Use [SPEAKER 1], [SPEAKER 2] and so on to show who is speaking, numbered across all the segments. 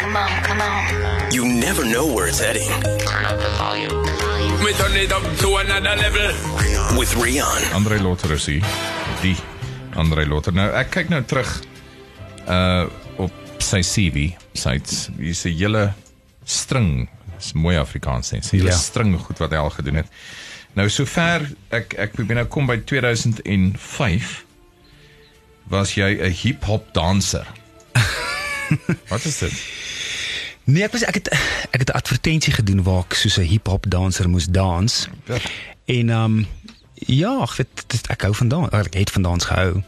[SPEAKER 1] Come on, come on.
[SPEAKER 2] You never know where it's heading.
[SPEAKER 1] Turn up the volume. volume.
[SPEAKER 3] Me turn it up to another level.
[SPEAKER 2] With Rian.
[SPEAKER 4] André Lotter is hier. Die André Lotter. Nou ek kyk nou terug uh op sy CV. Sy het hier's 'n hele string. Dis mooi Afrikaans sê. 'n Hele
[SPEAKER 5] Ja.
[SPEAKER 4] string goed wat hy al gedoen het. Nou sover ek ek probeer nou kom by 2005 was jy 'n hip hop danser. wat is dit?
[SPEAKER 5] Nee, ek was ek het ek het 'n advertensie gedoen waar ek soos 'n hiphop danser moes dans.
[SPEAKER 4] Ja.
[SPEAKER 5] En ehm um, ja, ek weet dit- ek hou van dans. Ek het van dans gehou.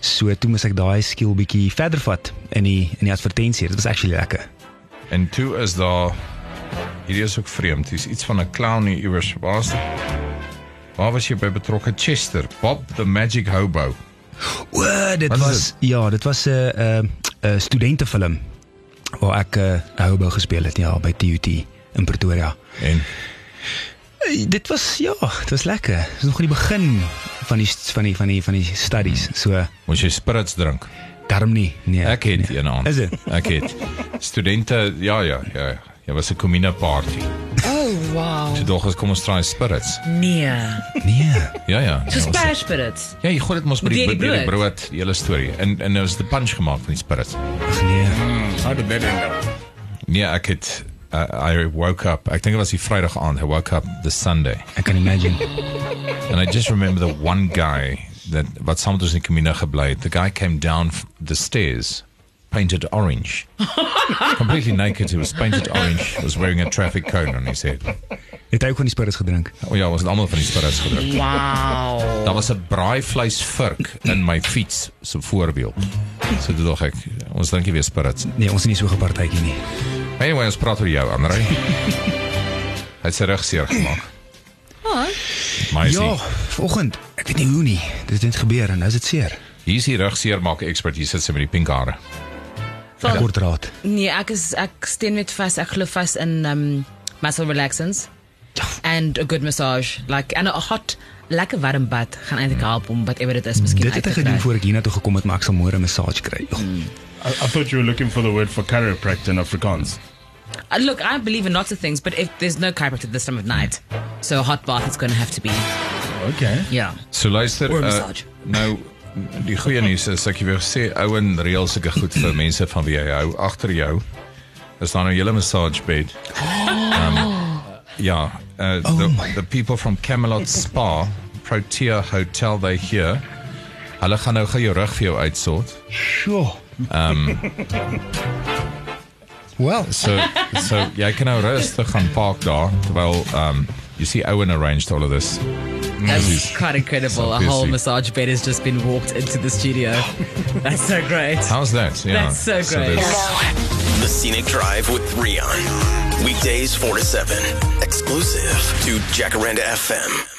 [SPEAKER 5] So toe moes ek daai skill bietjie verder vat in die in die advertensie. Dit was actually lekker.
[SPEAKER 4] En toe is daar hierdie is ook vreemd. Hier's iets van 'n clown hier iewers. Waar is dit? Waar was jy by betrokke Chester? Bob the Magic Hobo.
[SPEAKER 5] O, dit
[SPEAKER 4] Wat is
[SPEAKER 5] was ja, dit was 'n uh, 'n uh, studentefilm waar ek 'n uh, hobo gespeel het ja by TUT in Pretoria.
[SPEAKER 4] En
[SPEAKER 5] Eh, Dit was ja, dit was lekker. Dit is nog in die begin van die van die van die van die studies. So
[SPEAKER 4] moes jy spirits drink?
[SPEAKER 5] daarom nie. Nee.
[SPEAKER 4] Ek het
[SPEAKER 5] nee.
[SPEAKER 4] een aan.
[SPEAKER 5] Is dit?
[SPEAKER 4] Ek het studente ja ja ja. ja. Ja was 'n komina party.
[SPEAKER 6] Oh, wow.
[SPEAKER 4] Toe dog ons kom ons try spirits.
[SPEAKER 6] Nee.
[SPEAKER 5] Nee.
[SPEAKER 4] Ja ja.
[SPEAKER 6] So
[SPEAKER 4] Ja, ons-
[SPEAKER 6] spaarspirits.
[SPEAKER 4] Ja, jy gooi dit mos by die, by
[SPEAKER 6] Deur die
[SPEAKER 4] die, die
[SPEAKER 6] brood.
[SPEAKER 4] brood, die hele storie. En en nou is die punch gemaak van die spirits.
[SPEAKER 5] Ag nee.
[SPEAKER 3] How did that end up?
[SPEAKER 4] Nee, ek het uh, I woke up. Ek dink dit was die Vrydag aand. I woke up the Sunday.
[SPEAKER 5] I can imagine.
[SPEAKER 4] And I just remember the one guy that wat saam met ons in die Kamina gebly het. The guy came down f- the stairs painted orange. Completely naked. He was painted orange. Was wearing a traffic cone on his head.
[SPEAKER 5] Het hy ook van die spirits gedrink?
[SPEAKER 4] O ja, ons het almal van die spirits gedruk.
[SPEAKER 6] Wow.
[SPEAKER 4] Daar was 'n braaivleis vurk in my fiets se voorwiel. So dit dog ek. Ons dink jy weer spirits.
[SPEAKER 5] Nee, ons is nie so gepartytjie nie.
[SPEAKER 4] Anyway, ons praat oor jou, Andre. Hy het sy rug seer gemaak. Maar
[SPEAKER 5] Ja,
[SPEAKER 4] ja.
[SPEAKER 5] vanoggend, ek weet nie hoe nie. Dit het net gebeur en nou is dit seer.
[SPEAKER 4] hier is die rug seer maak expert. Hier sit sy met die pink hare.
[SPEAKER 6] Wel,
[SPEAKER 5] Kort raad.
[SPEAKER 6] Nee, ek is ek steen met vas. Ek glo vas in um muscle relaxants and a good massage. Like and a hot lekker warm bad gaan eintlik help om whatever dit is miskien
[SPEAKER 5] Dit het
[SPEAKER 6] uit
[SPEAKER 5] ek
[SPEAKER 6] te
[SPEAKER 5] gedoen
[SPEAKER 6] kry.
[SPEAKER 5] voor ek hiernatoe gekom het, maar ek sal môre 'n massage kry. Joh.
[SPEAKER 3] I, I thought you were looking for the word for chiropractor in Afrikaans.
[SPEAKER 6] Uh, look, I believe in lots of things, but if there's no chiropractor this time of night, so a hot bath is going to have to be.
[SPEAKER 3] Okay.
[SPEAKER 6] Yeah.
[SPEAKER 4] So luister,
[SPEAKER 6] Oor
[SPEAKER 4] uh,
[SPEAKER 6] massage.
[SPEAKER 4] nou die goeie nuus is ek het weer gesê ouen reël sulke goed vir mense van wie jy hou agter jou. Is daar nou 'n hele massagebed. Um, ja, uh, the, the people from Camelot Spa, Protea Hotel they here. Hulle gaan nou gou jou rug vir jou uitsort.
[SPEAKER 5] Sjoe. Ehm Wel,
[SPEAKER 4] So so jy kan nou rustig gaan park daar terwyl um you see Owen arranged all of this.
[SPEAKER 6] That's quite incredible. A whole
[SPEAKER 4] obviously.
[SPEAKER 6] massage bed has just been walked into the studio. That's so great.
[SPEAKER 4] How's that? Yeah.
[SPEAKER 6] That's so great.
[SPEAKER 4] there's-
[SPEAKER 2] The Scenic Drive with Rian. Weekdays 4 to 7. Exclusive to Jacaranda FM.